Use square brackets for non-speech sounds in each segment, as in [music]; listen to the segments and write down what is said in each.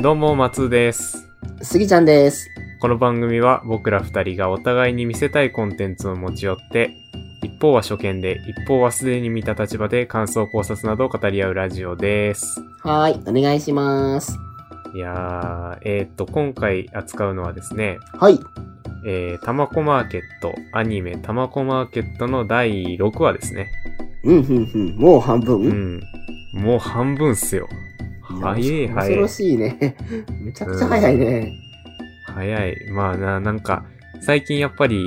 どうも、松です。スギちゃんです。この番組は僕ら二人がお互いに見せたいコンテンツを持ち寄って、一方は初見で、一方はすでに見た立場で感想考察などを語り合うラジオです。はーい、お願いします。いやー、えー、っと、今回扱うのはですね、はい。えー、たまこマーケット、アニメたまこマーケットの第6話ですね。うん、うん、うん。もう半分。うん。もう半分っすよ。早いや早恐いろ。し [laughs] いね。めちゃくちゃ早いね。早い。まあな、なんか、最近やっぱり、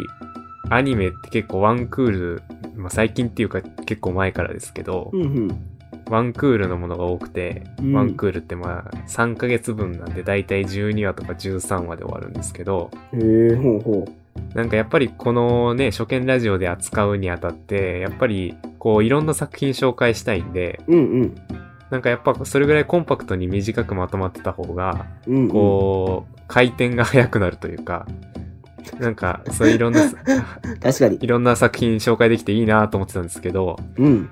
アニメって結構ワンクール、まあ最近っていうか結構前からですけどう、ん、うん。ワンクールのものが多くて、うんワンクールってまあ3ヶ月分なんでだいたい12話とか13話で終わるんですけど、へえ、ほうほなんかやっぱりこのね、初見ラジオで扱うにあたって、やっぱりこういろんな作品紹介したいんで、う。うん、うん。なんかやっぱそれぐらいコンパクトに短くまとまってた方が、うん、うん。こう、回転が早くなるというか、なんか、そういろんな、 [laughs] 確かに。いろんな作品紹介できていいなと思ってたんですけど、うん。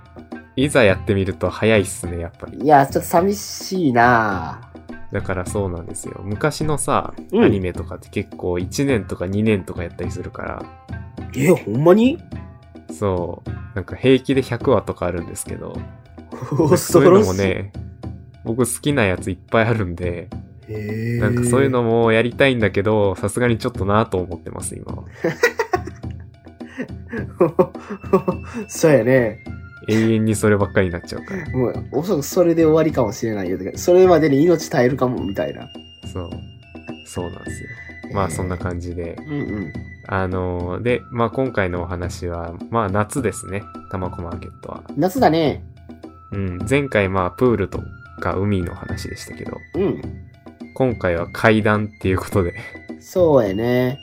いざやってみると早いっすね、やっぱり。いや、ちょっと寂しいなだからそうなんですよ。昔のさ、うんアニメとかって結構1年とか2年とかやったりするから、え、ほんまにそう、なんか平気で100話とかあるんですけど、恐そういうろのしもい。ね、僕好きなやついっぱいあるんで、へえ。なんかそういうのもやりたいんだけど、さすがにちょっとなと思ってます、今は。 [laughs] そうやね。永遠にそればっかりになっちゃうから。もう、おそらくそれで終わりかもしれないよ。てかそれまでに命耐えるかも、みたいな。そう。そうなんですよ。まあそんな感じで。じ。うん、うん。あのーで、まあ今回のお話は、まあ夏ですね。たまこマーケットは。夏だね。うん。前回まあプールとか海の話でしたけど、うん。今回は階段っていうことで、 [laughs] そうやね。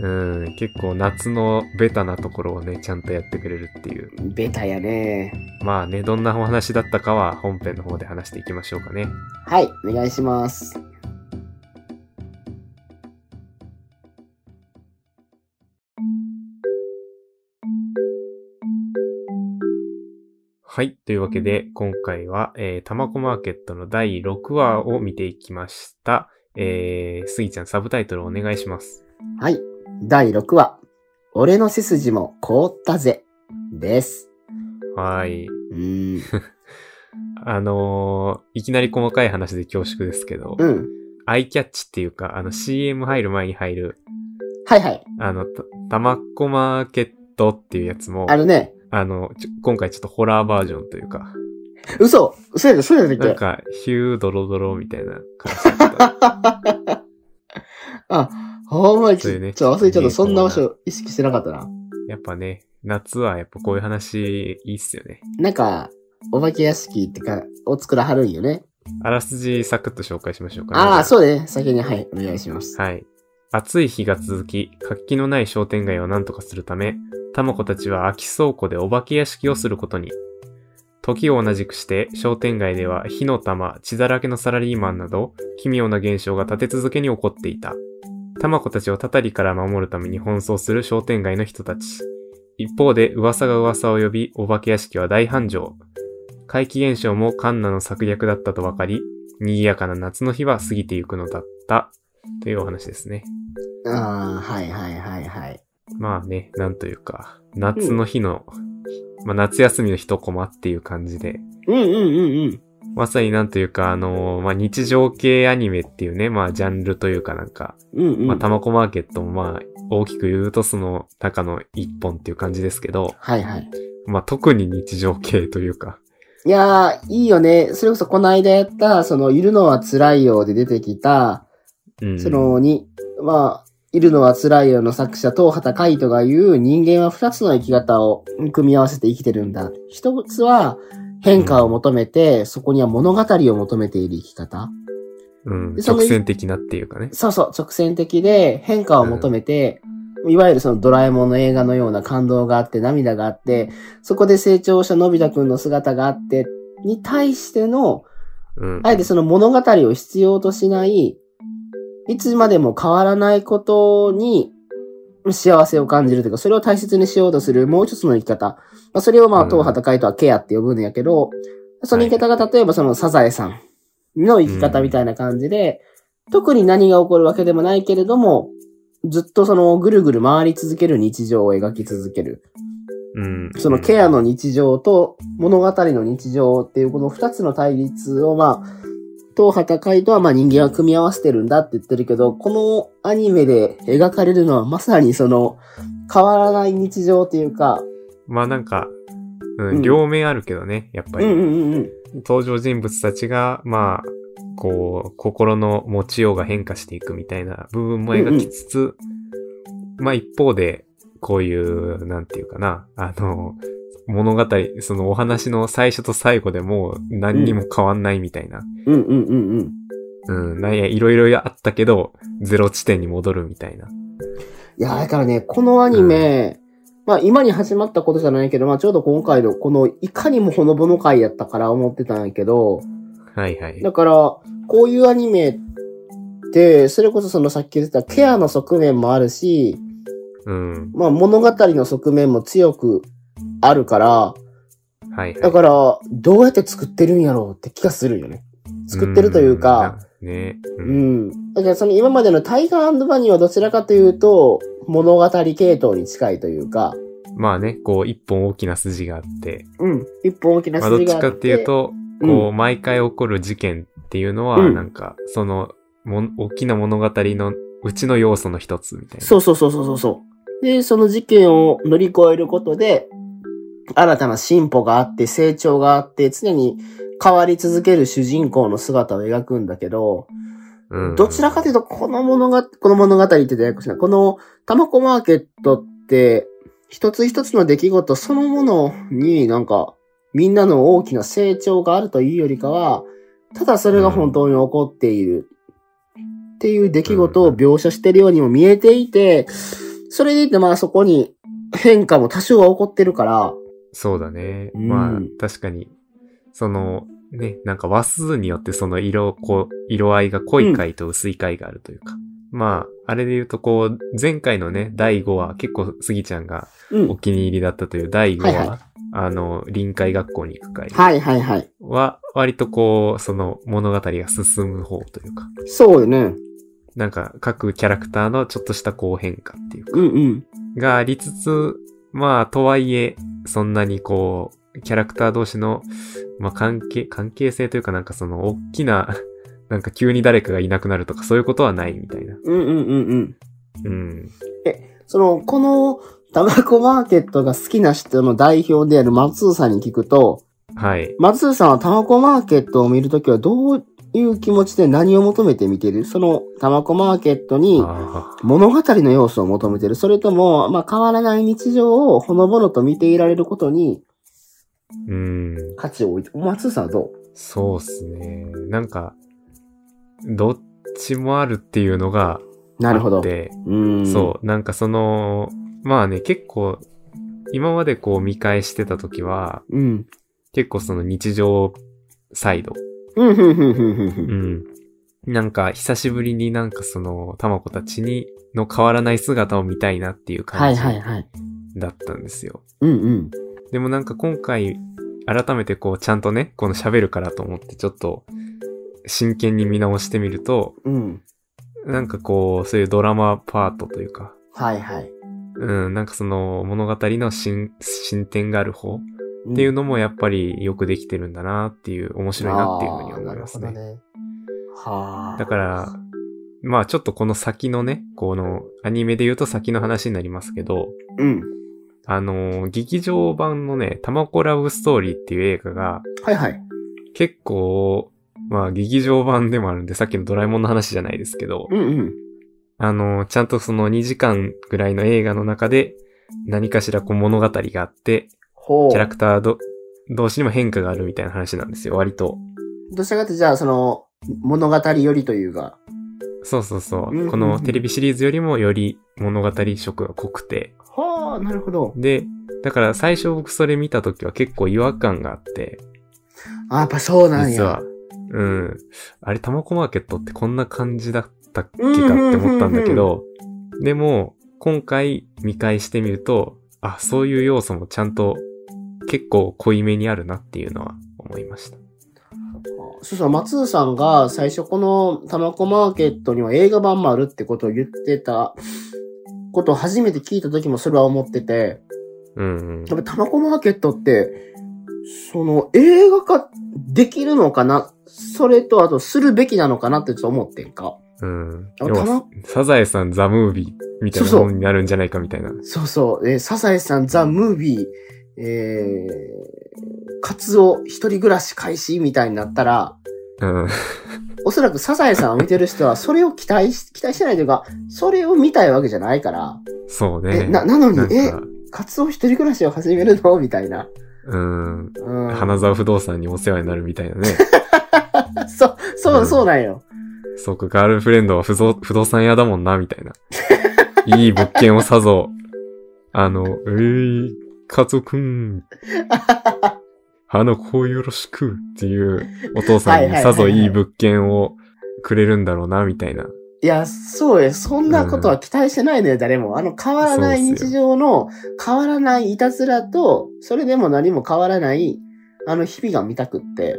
うん。結構夏のベタなところをね、ちゃんとやってくれるっていう。ベタやね。まあね、どんなお話だったかは本編の方で話していきましょうかね。はい、お願いします。はい。というわけで、今回は、えー、たまこマーケットの第6話を見ていきました。えー、すぎちゃん、サブタイトルお願いします。はい、第6話。俺の背筋も凍ったぜ。です。はーい。うーん。あのー、いきなり細かい話で恐縮ですけど、うん。アイキャッチっていうか、あの、CM 入る前に入る、はいはい。あの、たたまこマーケットっていうやつも、ああのね、の、ちょ今回ちょっとホラーバージョンというか、嘘嘘やで、そうやで、なんっけか、ヒュードロドロみたいな感じだ [laughs] った。あ、ほんまに、そうちょいうっねと忘れちゃった。そんな場ちょ所意識してなかったな。やっぱね、夏はやっぱこういう話いいっすよね。なんか、お化け屋敷ってか、を作らはるんよね。あらすじサクッと紹介しましょうか、ああ、そうね。先に、はい、お願いします。はい。暑い日が続き、活気のない商店街を何とかするため、タマコたちは空き倉庫でお化け屋敷をすることに。時を同じくして、商店街では火の玉、血だらけのサラリーマンなど、奇妙な現象が立て続けに起こっていた。タマコたちをたたりから守るために奔走する商店街の人たち。一方で噂が噂を呼び、お化け屋敷は大繁盛。怪奇現象もカンナの策略だったと分かり、賑やかな夏の日は過ぎてゆくのだった。というお話ですね。ああ、はいはいはいはい。まあね、なんというか、夏の日の、まあ夏休みの一コマっていう感じで、うんうんうんうん。まさになんというか、あのーまあ日常系アニメっていうね、まあジャンルというかなんか、うんうん。まあタマコマーケットもまあ大きく言うとその中の一本っていう感じですけど、はいはい。まあ特に日常系というか、いやー、いいよね。それこそこの間やった、その、いるのは辛いようで出てきた、うん。そのに、まあ、いるのは辛いようの作者、東畑海人が言う人間は二つの生き方を組み合わせて生きてるんだ。一つは変化を求めて、そこには物語を求めている生き方。うん、その直線的なっていうかね。そうそう、直線的で変化を求めて、いわゆるそのドラえもんの映画のような感動があって、涙があって、そこで成長したのび太くんの姿があって、に対しての、うん。あえてその物語を必要としない、いつまでも変わらないことに幸せを感じるというか、それを大切にしようとするもう一つの生き方。まあ、それをまあ、うん東畑海とはケアって呼ぶんやけど、その生き方が例えばそのサザエさんの生き方みたいな感じで、特に何が起こるわけでもないけれども、ずっとそのぐるぐる回り続ける日常を描き続ける。うん。そのケアの日常と物語の日常っていうこの二つの対立をまあ、東畑海とはまあ人間は組み合わせてるんだって言ってるけど、このアニメで描かれるのはまさにその変わらない日常っていうか、まあなんか、ううんん、両面あるけどね、やっぱうり。んうんうん登場人物たちが、まあ、こう、心の持ちようが変化していくみたいな部分も描きつつ、まあ一方で、こういう、なんていうかな、あの、物語、そのお話の最初と最後でもう何にも変わんないみたいな。うん。うんうんうんうん。うん、なんや、いろいろあったけど、ゼロ地点に戻るみたいな。いや、だからね、このアニメ、まあ今に始まったことじゃないけど、まあちょうど今回のこのいかにもほのぼの回やったから思ってたんやけど、はいはい。だから、こういうアニメって、それこそそのさっき言ってたケアの側面もあるし、うん。まあ物語の側面も強くあるから、はいはだい。から、どうやって作ってるんやろうって気がするよね。作ってるというか、うん。ね。う。うんん。だからその今までのタイガーバニーはどちらかというと、物語系統に近いというか、まあね、こう、一本大きな筋があって、うん。一本大きなまあ、どっ筋があちって。かっていう、と、こう、毎回起こる事件っていうのは、うんなんか、その、もん、大きな物語のうちの要素の一つみたいな。そうそうそうそうそうそう。で、その事件を乗り越えることで、新たな進歩があって、成長があって、常に変わり続ける主人公の姿を描くんだけど、うんどちらかというと、この物が、この物語ってややこしいな。この、タマコマーケットって、一つ一つの出来事そのものになんか、みんなの大きな成長があるというよりかは、ただそれが本当に起こっている。っていう出来事を描写してるようにも見えていて、それでいてまあそこに変化も多少は起こってるから、そうだね。うんまあ、確かに、その、ね、なんか話数によってその色、こう、色合いが濃い回と薄い回があるというか。まあ、あれで言うとこう、前回のね、第5話、結構スギちゃんがうんお。気に入りだったという第5話、はいはあの、臨海学校に行く回はいはいはい。は、割とこう、その物語が進む方というか。そうよね。なんか各キャラクターのちょっとしたこう変化っていうか、うんうん。がありつつ、まあとはいえ、そんなにこう、キャラクター同士の、まあ関係、関係性というかなんかその大きな、 [laughs] なんか急に誰かがいなくなるとかそういうことはないみたいな。うんうんうんうん。うん。その、この、タバコマーケットが好きな人の代表である松尾さんに聞くと、はい。松尾さんはタバコマーケットを見るときはどういう気持ちで何を求めて見てるそのタバコマーケットにあ物語の要素を求めてるそれとも、まあ、変わらない日常をほのぼのと見ていられることにーうん。価値を置いて、松尾さんはどうそうっすね。なんか、どっちもあるっていうのがなあるほっど。て、うん。そう、なんかその、まあね、結構、今までこう見返してた時は、う。うん。結構その日常サイド。うん、ふんふんふんふんふ。うんん。なんか久しぶりになんかその、たまこたちに、の変わらない姿を見たいなっていうは感いじはいはい。だったんですよ。うんうん。でもなんか今回、改めてこうちゃんとね、この喋るからと思ってちょっと、真剣に見直してみると、うん。なんかこう、そういうドラマパートというか、はいはい。うん、なんかその物語の進、進展がある方っっていうのもやっぱりよくできてるんだなっていう、面白いなっていうふうに思いますあねー。なるほどねはあ。だから、まあちょっとこの先のね、このアニメで言うと先の話になりますけど、うん。あのー劇場版のね、タマコラブストーリーっていう映画がはいはい。結構、まあ劇場版でもあるんで、さっきのドラえもんの話じゃないですけど、うんうん。あのーちゃんとその2時間ぐらいの映画の中で何かしらこう物語があって、ほう。キャラクターど同士にも変化があるみたいな話なんですよ、割と。どちらかというとじゃあ、その、物語よりというか。そうそうそう。うんうんうんこのテレビシリーズよりもより物語色が濃くて。はあ、なるほど。で、だから最初僕それ見た時は結構違和感があって、あ、やっぱそうなん実はや。。うん。あれ、タマコマーケットってこんな感じだったっけうんかっうんうんうんて思ったんだけど、でも、今回見返してみると、あ、そういう要素もちゃんと結構濃いめにあるなっていうのは思いました。そうそう、松尾さんが最初このタマコマーケットには映画版もあるってことを言ってたことを初めて聞いた時もそれは思ってて、うんうん。やっぱタマコマーケットって、その映画化できるのかなそれとあとするべきなのかなってちょっと思ってんか。うん。あ要たまは、サザエさんザ・ムービーみたいなそうそうものになるんじゃないかみたいな。そうそう、えーサザエさん、ザ・ムービー、えー、カツオ、一人暮らし開始みたいになったら、うん。おそらくサザエさんを見てる人は、それを期待し、期待してないというか、それを見たいわけじゃないから、そうえ、ね。な、なのなんに、え、か、カツオ一人暮らしを始めるのみたいな。うん。うん。花沢不動産にお世話になるみたいなね。 [laughs] そう、そうう、んそうなんよ。そうか、ガールフレンドは不動不動産屋だもんな、み [laughs] たいな。いい物件をさぞ。あの、えー、家族く [laughs] ん。あの子よろしくっていうお父さんにさぞはいはいはいいはいい物件をくれるんだろうな、みたいな。いや、そうよ。そんなことは期待してないのよ、誰も。あの、変わらないそうっすよ日常の、変わらないいたずらと、それでも何も変わらない、あの日々が見たくって。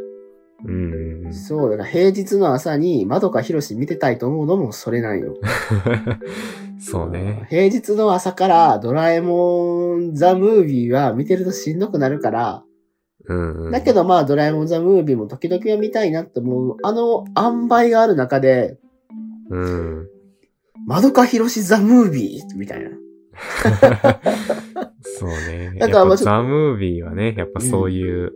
うんうん [laughs] うん。そう、だから平日の朝に、窓かひろし見てたいと思うのもそれなんよ。そうね。平日の朝から、ドラえもんザ・ムービーは見てるとしんどくなるから、うん、うん。だけどまあ、ドラえもんザ・ムービーも時々は見たいなって思う、あの、塩梅がある中で、 [laughs] うん。窓かひろしザ・ムービーみたいな。そうね。だからやっぱまあちょっとザ・ムービーはね、やっぱそういう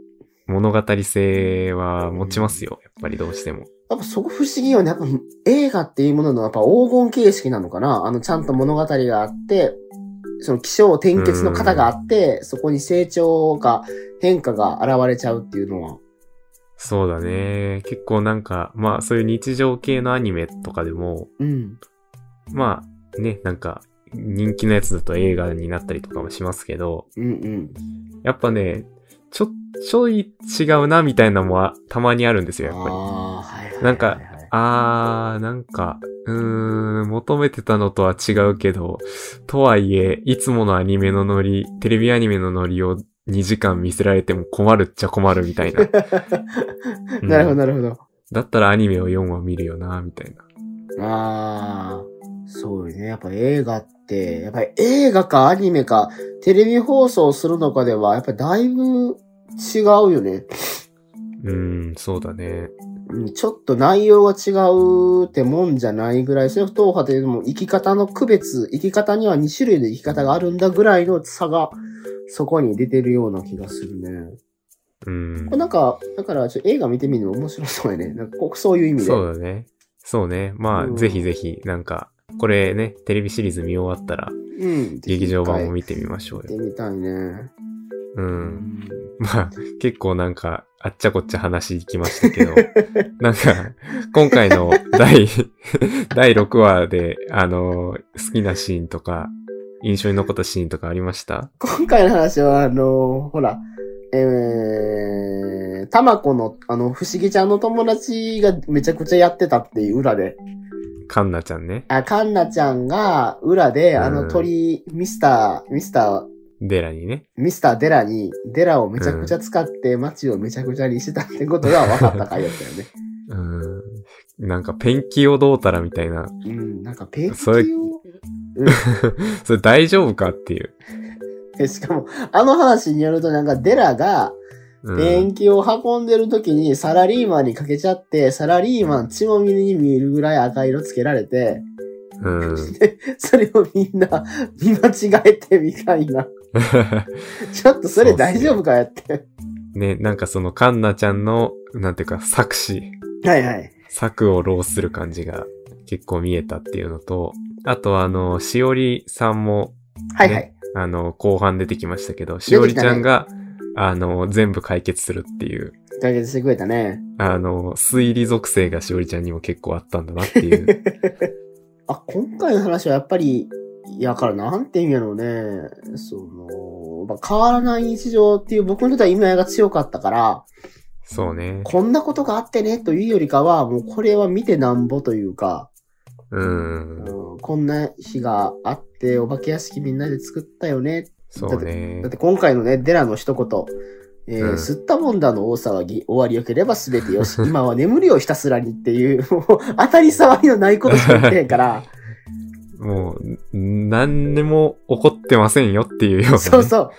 物語性は持ちますよ。やっぱりどうしても。やっぱそこ不思議よね。やっぱ映画っていうもののやっぱ黄金形式なのかなあのちゃんと物語があって、その気象転結の型があって、そこに成長か変化が現れちゃうっていうのは。そうだね。結構なんか、まあそういう日常系のアニメとかでも、うん。まあね、なんか人気のやつだと映画になったりとかもしますけど、うんうん。やっぱね、ちょ、ちょい違うなみたいなのもあたまにあるんですよ、やっぱり。ああ、はいはいはいはい。なんかあー、なんか、うーん、求めてたのとは違うけど、とはいえ、いつものアニメのノリ、テレビアニメのノリを2時間見せられても困るっちゃ困るみたいな。うんなるほど、なるほど。だったらアニメを4話見るよな、みたいな。ああ、そうよね。やっぱ映画って、やっぱり映画かアニメか、テレビ放送するのかでは、やっぱだいぶ違うよね。うーん、そうだね。うんちょっと内容が違うってもんじゃないぐらい、それ不党派というのも生き方の区別、生き方には2種類の生き方があるんだぐらいの差が、そこに出てるような気がするね。うんこれ。なんか、だからちょ映画見てみるの面白そうやね。なんかこうそういう意味で。そうだね。そうね。まあ、うんぜひぜひ、なんか、これね、テレビシリーズ見終わったら、うん。劇場版を見見てみましょうてよ。みたいね。う。。うんまあ、結構なんか、あっちゃこっちゃ話いきました [laughs] けど、なんか、今回の第、 [laughs] 第6話で、あの、好きなシーンとか、印象に残ったシーンとかありました今回の話は、あのーほら、えー、たまこの、あの、不思議ちゃんの友達がめちゃくちゃやってたっていう裏で。カンナちゃんね。あ、カンナちゃんが裏で、うんあの鳥、ミスター、ミスター、デラにね。ミスターデラに、デラをめちゃくちゃ使って街をめちゃくちゃにしてたってことが分かった回だったよ [laughs] ね。うん。なんか、ペンキをどうたらみたいな。 [laughs] うん、なんかペーそれジを。それ大丈夫かっていう。えしかも、あの話によるとなんかデラがうん電気を運んでる時にサラリーマンにかけちゃって、サラリーマン血もみに見えるぐらい赤色つけられて、うん。 [laughs] それをみんな見間違えてみたいな。ちょっとそれ大丈夫かやって。ね、なんかそのカンナちゃんの、なんていうか、作詞、はいはい。作を浪する感じが結構見えたっていうのと、あとあの、しおりさんも、はいはい。あの、後半出てきましたけど、きたしねおりちゃんが、あの、全部解決するっていう、解決してくれたね。あの、推理属性がしおりちゃんにも結構あったんだなっていう。 [laughs] あ、今回の話はやっぱり、いやだからなんて言うんやろうね。その、まあ、変わらない日常っていう僕にとっては意味合いが強かったから、そうね。こんなことがあってねというよりかは、もうこれは見てなんぼというか、うん。うん、こんな日があって、お化け屋敷みんなで作ったよね。そうねだっ。て今回のね、デラの一言、えーうん吸ったもんだの多さはぎ終わりよければ全てよし。今は眠りをひたすらにっていう、もう当たり障りのないことしか言ってへんから、もう、ん何にも起こってませんよっていうようなね。 [laughs] そうそう。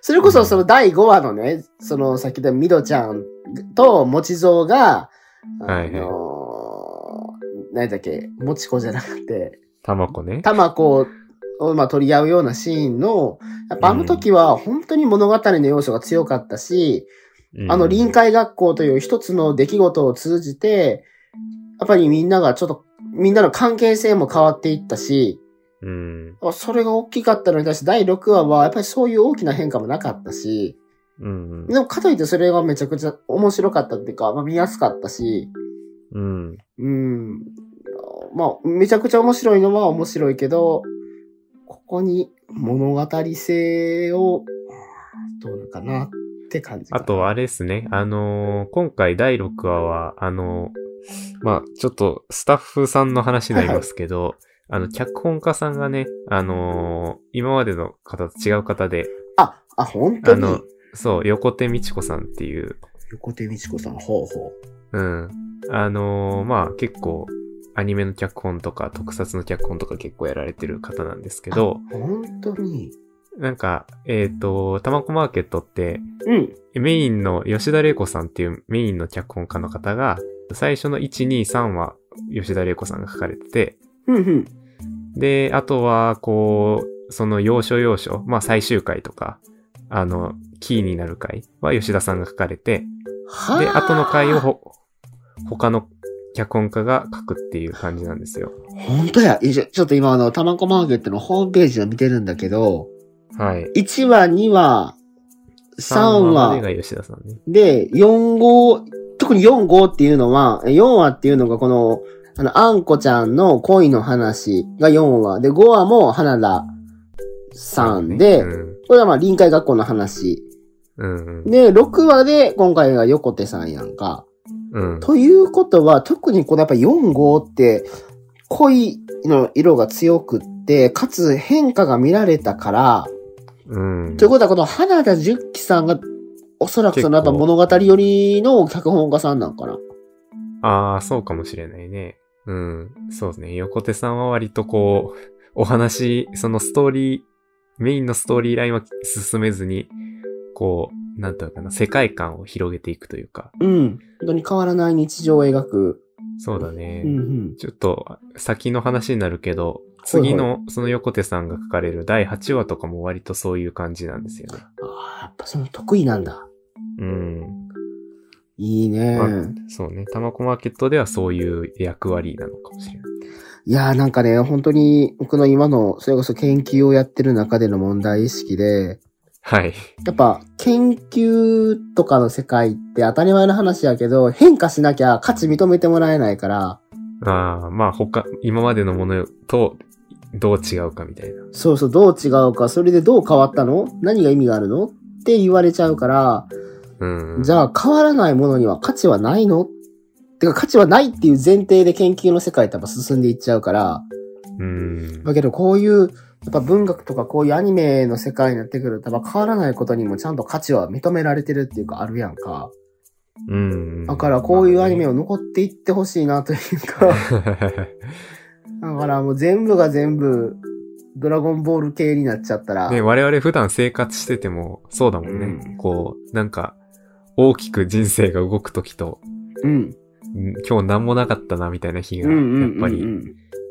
それこそその第5話のね、その先でミドちゃんともちぞうが、あのはいはい何だっけ、もちこじゃなくて、タマコね。たまこをまあ取り合うようなシーンの、やっぱあの時は本当に物語の要素が強かったし、うんあの臨。海学校という一つの出来事を通じて、やっぱりみんながちょっと、みんなの関係性も変わっていったし、うん。それが大きかったのに対して第6話はやっぱりそういう大きな変化もなかったし、うん。でもかといってそれがめちゃくちゃ面白かったっていうか、まあ見やすかったし、うん。うん。まあ、めちゃくちゃ面白いのは面白いけど、ここに物語性を、どうなのかなって感じかあな。と、あれですね。あのー今回第6話は、あのーまあ、ちょっとスタッフさんの話になりますけど、あの、脚本家さんがね、あのー今までの方と違う方で、あ、あ、本当あにの、そう、横手美智子さんっていう、横手美智子さん、ほうほう。うん。あのーまあ、結構、アニメの脚本とか、特撮の脚本とか結構やられてる方なんですけど、本当に。なんか、えっ、と、たまこマーケットって、うん。メインの吉田玲子さんっていうメインの脚本家の方が、最初の1、2、3は吉田玲子さんが書かれてて、うんうん。で、あとは、こう、その要所要所、まあ最終回とか、あの、キーになる回は吉田さんが書かれて、はで、後の回をほ他の脚本家が書くっていう感じなんですよ。本当や。いやちょちょっと今、あの、たまこマーケットのホームページを見てるんだけど、はい。 1話、2話、3ま話で、が吉田さんね。で、4号、特に4号っていうのは、4話っていうのがこの、あの、あんこちゃんの恋の話が4話。で、5話も花田さんで、うん。これはまあ臨海学校の話。うん。で、6話で今回が横手さんやんか。うん。ということは、特にこのやっぱ4号って、恋の色が強くって、かつ変化が見られたから、うんという。ことはこの花田十喜さんが、おそらくそのやっぱ物語寄りの脚本家さんなんかな。ああ、そうかもしれないね。うん。そうですね。横手さんは割とこう、 [laughs] お話、そのストーリー、メインのストーリーラインは進めずに、こう、なんというかな、世界観を広げていくというか。うん。本当に変わらない日常を描く。そうだね。うんうん。ちょっと、先の話になるけど、次の、その横手さんが書かれる第8話とかも割とそういう感じなんですよね。ああ、やっぱその得意なんだ。うん。いいね。まあそうね。タマコマーケットではそういう役割なのかもしれない。いやーなんかね、本当に僕の今の、それこそ研究をやってる中での問題意識で、はい。やっぱ研究とかの世界って当たり前の話やけど、変化しなきゃ価値認めてもらえないから、ああ、まあ他、今までのものとどう違うかみたいな。そうそう、どう違うか、それでどう変わったの何が意味があるのって言われちゃうから、うん。じゃあ変わらないものには価値はないのてか価値はないっていう前提で研究の世界ってやっぱ進んでいっちゃうから、うん。だけどこういう、やっぱ文学とかこういうアニメの世界になってくると、やっぱ変わらないことにもちゃんと価値は認められてるっていうかあるやんか。うん。だからこういうアニメを残っていってほしいなというか、だからもう全部が全部、ドラゴンボール系になっちゃった [laughs] ら、ね、我々普段生活しててもそうだもんね。うんこう、なんか、大きく人生が動くときと、うん。うん今日何もなかったなみたいな日うが、んうやんっぱうりん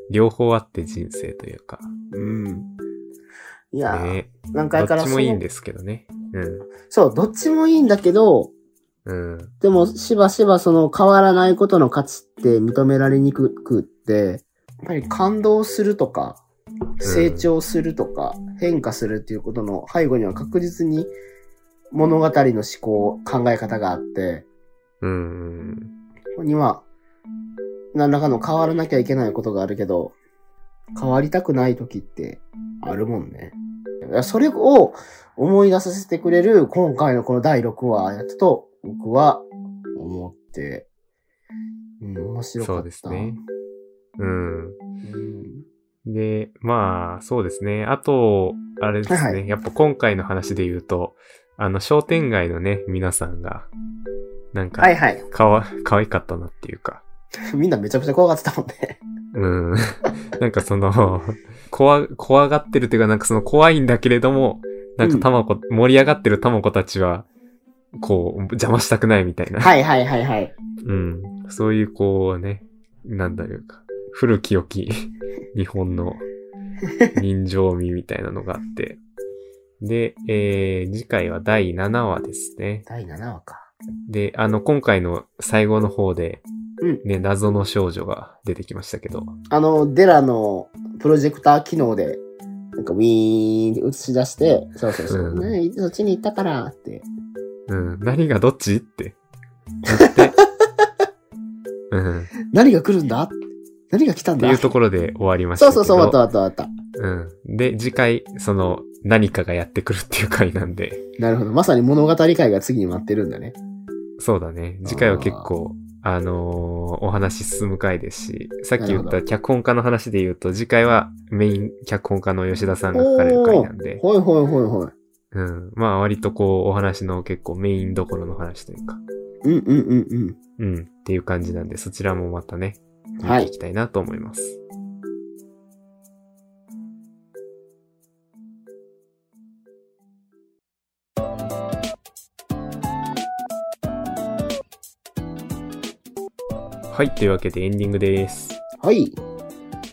両方あって人生というか、うん。うんいやー、ね。なんかどだかっらちそもいいんの、ですけどね。そう、どっちもいいんだけど、うん。うん。でも、しばしばその変わらないことの価値って認められにくくって、やっぱり感動するとか、成長するとか、変化するっていうことの背後には確実に物語の思考、考え方があって、うん。ここには何らかの変わらなきゃいけないことがあるけど、変わりたくない時ってあるもんね。いやそれを思い出させてくれる今回のこの第6話やったと僕は思って、うん、面白かそった。うですね。うん。うん。で、まあ、そうですね。あと、あれですね。はいはやっぱ今回の話で言うと、あの、商店街のね、皆さんが、なんか、はいはい。かわ、可愛かったなっていうか。 [laughs] みんなめちゃくちゃ怖がってた [laughs] もんね。うん。なんかその、怖、怖がってるというか、なんかその怖いんだけれども、なんかたまこ、盛り上がってるたまこたちは、こう、邪魔したくないみたいな。はいはいはいはい。うん。そういうこうね、なんだろうか、古き良き [laughs] 日本 [laughs] の人情味みたいなのがあって。で、えー、次回は第7話ですね。第7話か。で、あの、今回の最後の方で、うんね、謎の少女が出てきましたけど。あの、デラのプロジェクター機能で、なんかウィーンって映し出して、そうそうそう。うんねそっちに行ったからって。うん、何がどっちって。なって。 [laughs] うん。っ何が来るんだ何が来たんてだいうところで終わりましたそうけそど。うそう、あったあったあった。うん。で、次回、その、何かがやってくるっていう回なんで。なるほど。まさに物語会が次に待ってるんだね。そうだね。次回は結構、あのーお話進む回ですし、さっき言っなるた脚本家の話で言うと、次回はメイン脚本家の吉田さんが書かれる回なんで、ほいほいほいほい。うん。まあ割とこう、お話の結構メインどころの話というか、うんうんうんうん。っていう感じなんで、そちらもまたね、うん。は見ていい。きたいなと思います。はい、というわけでエンディングです。はい。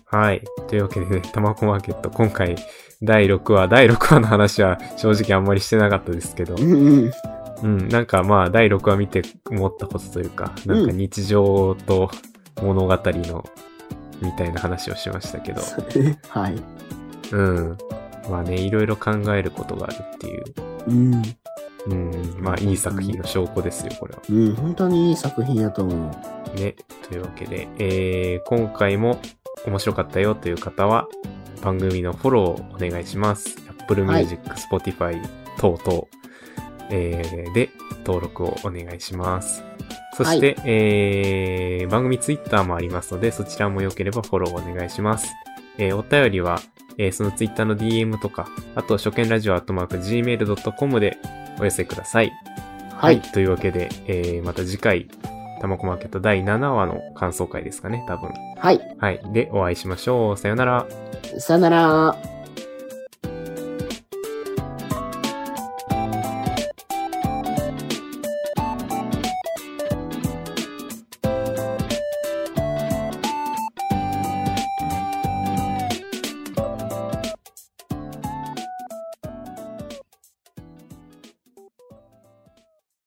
はい。というわけでね、たまこマーケット、今回、第6話、第6話の話は正直あんまりしてなかったですけどう、んうん。うん、なんかまあ、第6話見て思ったことというか、なんか日常と物語の、みたいな話をしましたけど、 [laughs] はい。うん。まあね、いろいろ考えることがあるっていう、うん。うん、まあ、いい作品の証拠ですよ、これは。うん。本当にいい作品やと思う。ね。というわけで、えー、今回も面白かったよという方は、番組のフォローをお願いします。Apple はい Music、Spotify 等々、えー、で、登録をお願いします。そして、えー、番組 Twitter もありますので、そちらも良ければフォローお願いします。えー、お便りは、えー、その Twitter の DM とか、あと、初見ラジオアットマーク gmail.com でお寄せください。はい。というわけで、えー、また次回、たまこマーケット第7話の感想会ですかね、多分。はい。はい。で、お会いしましょう。さよなら。さよなら。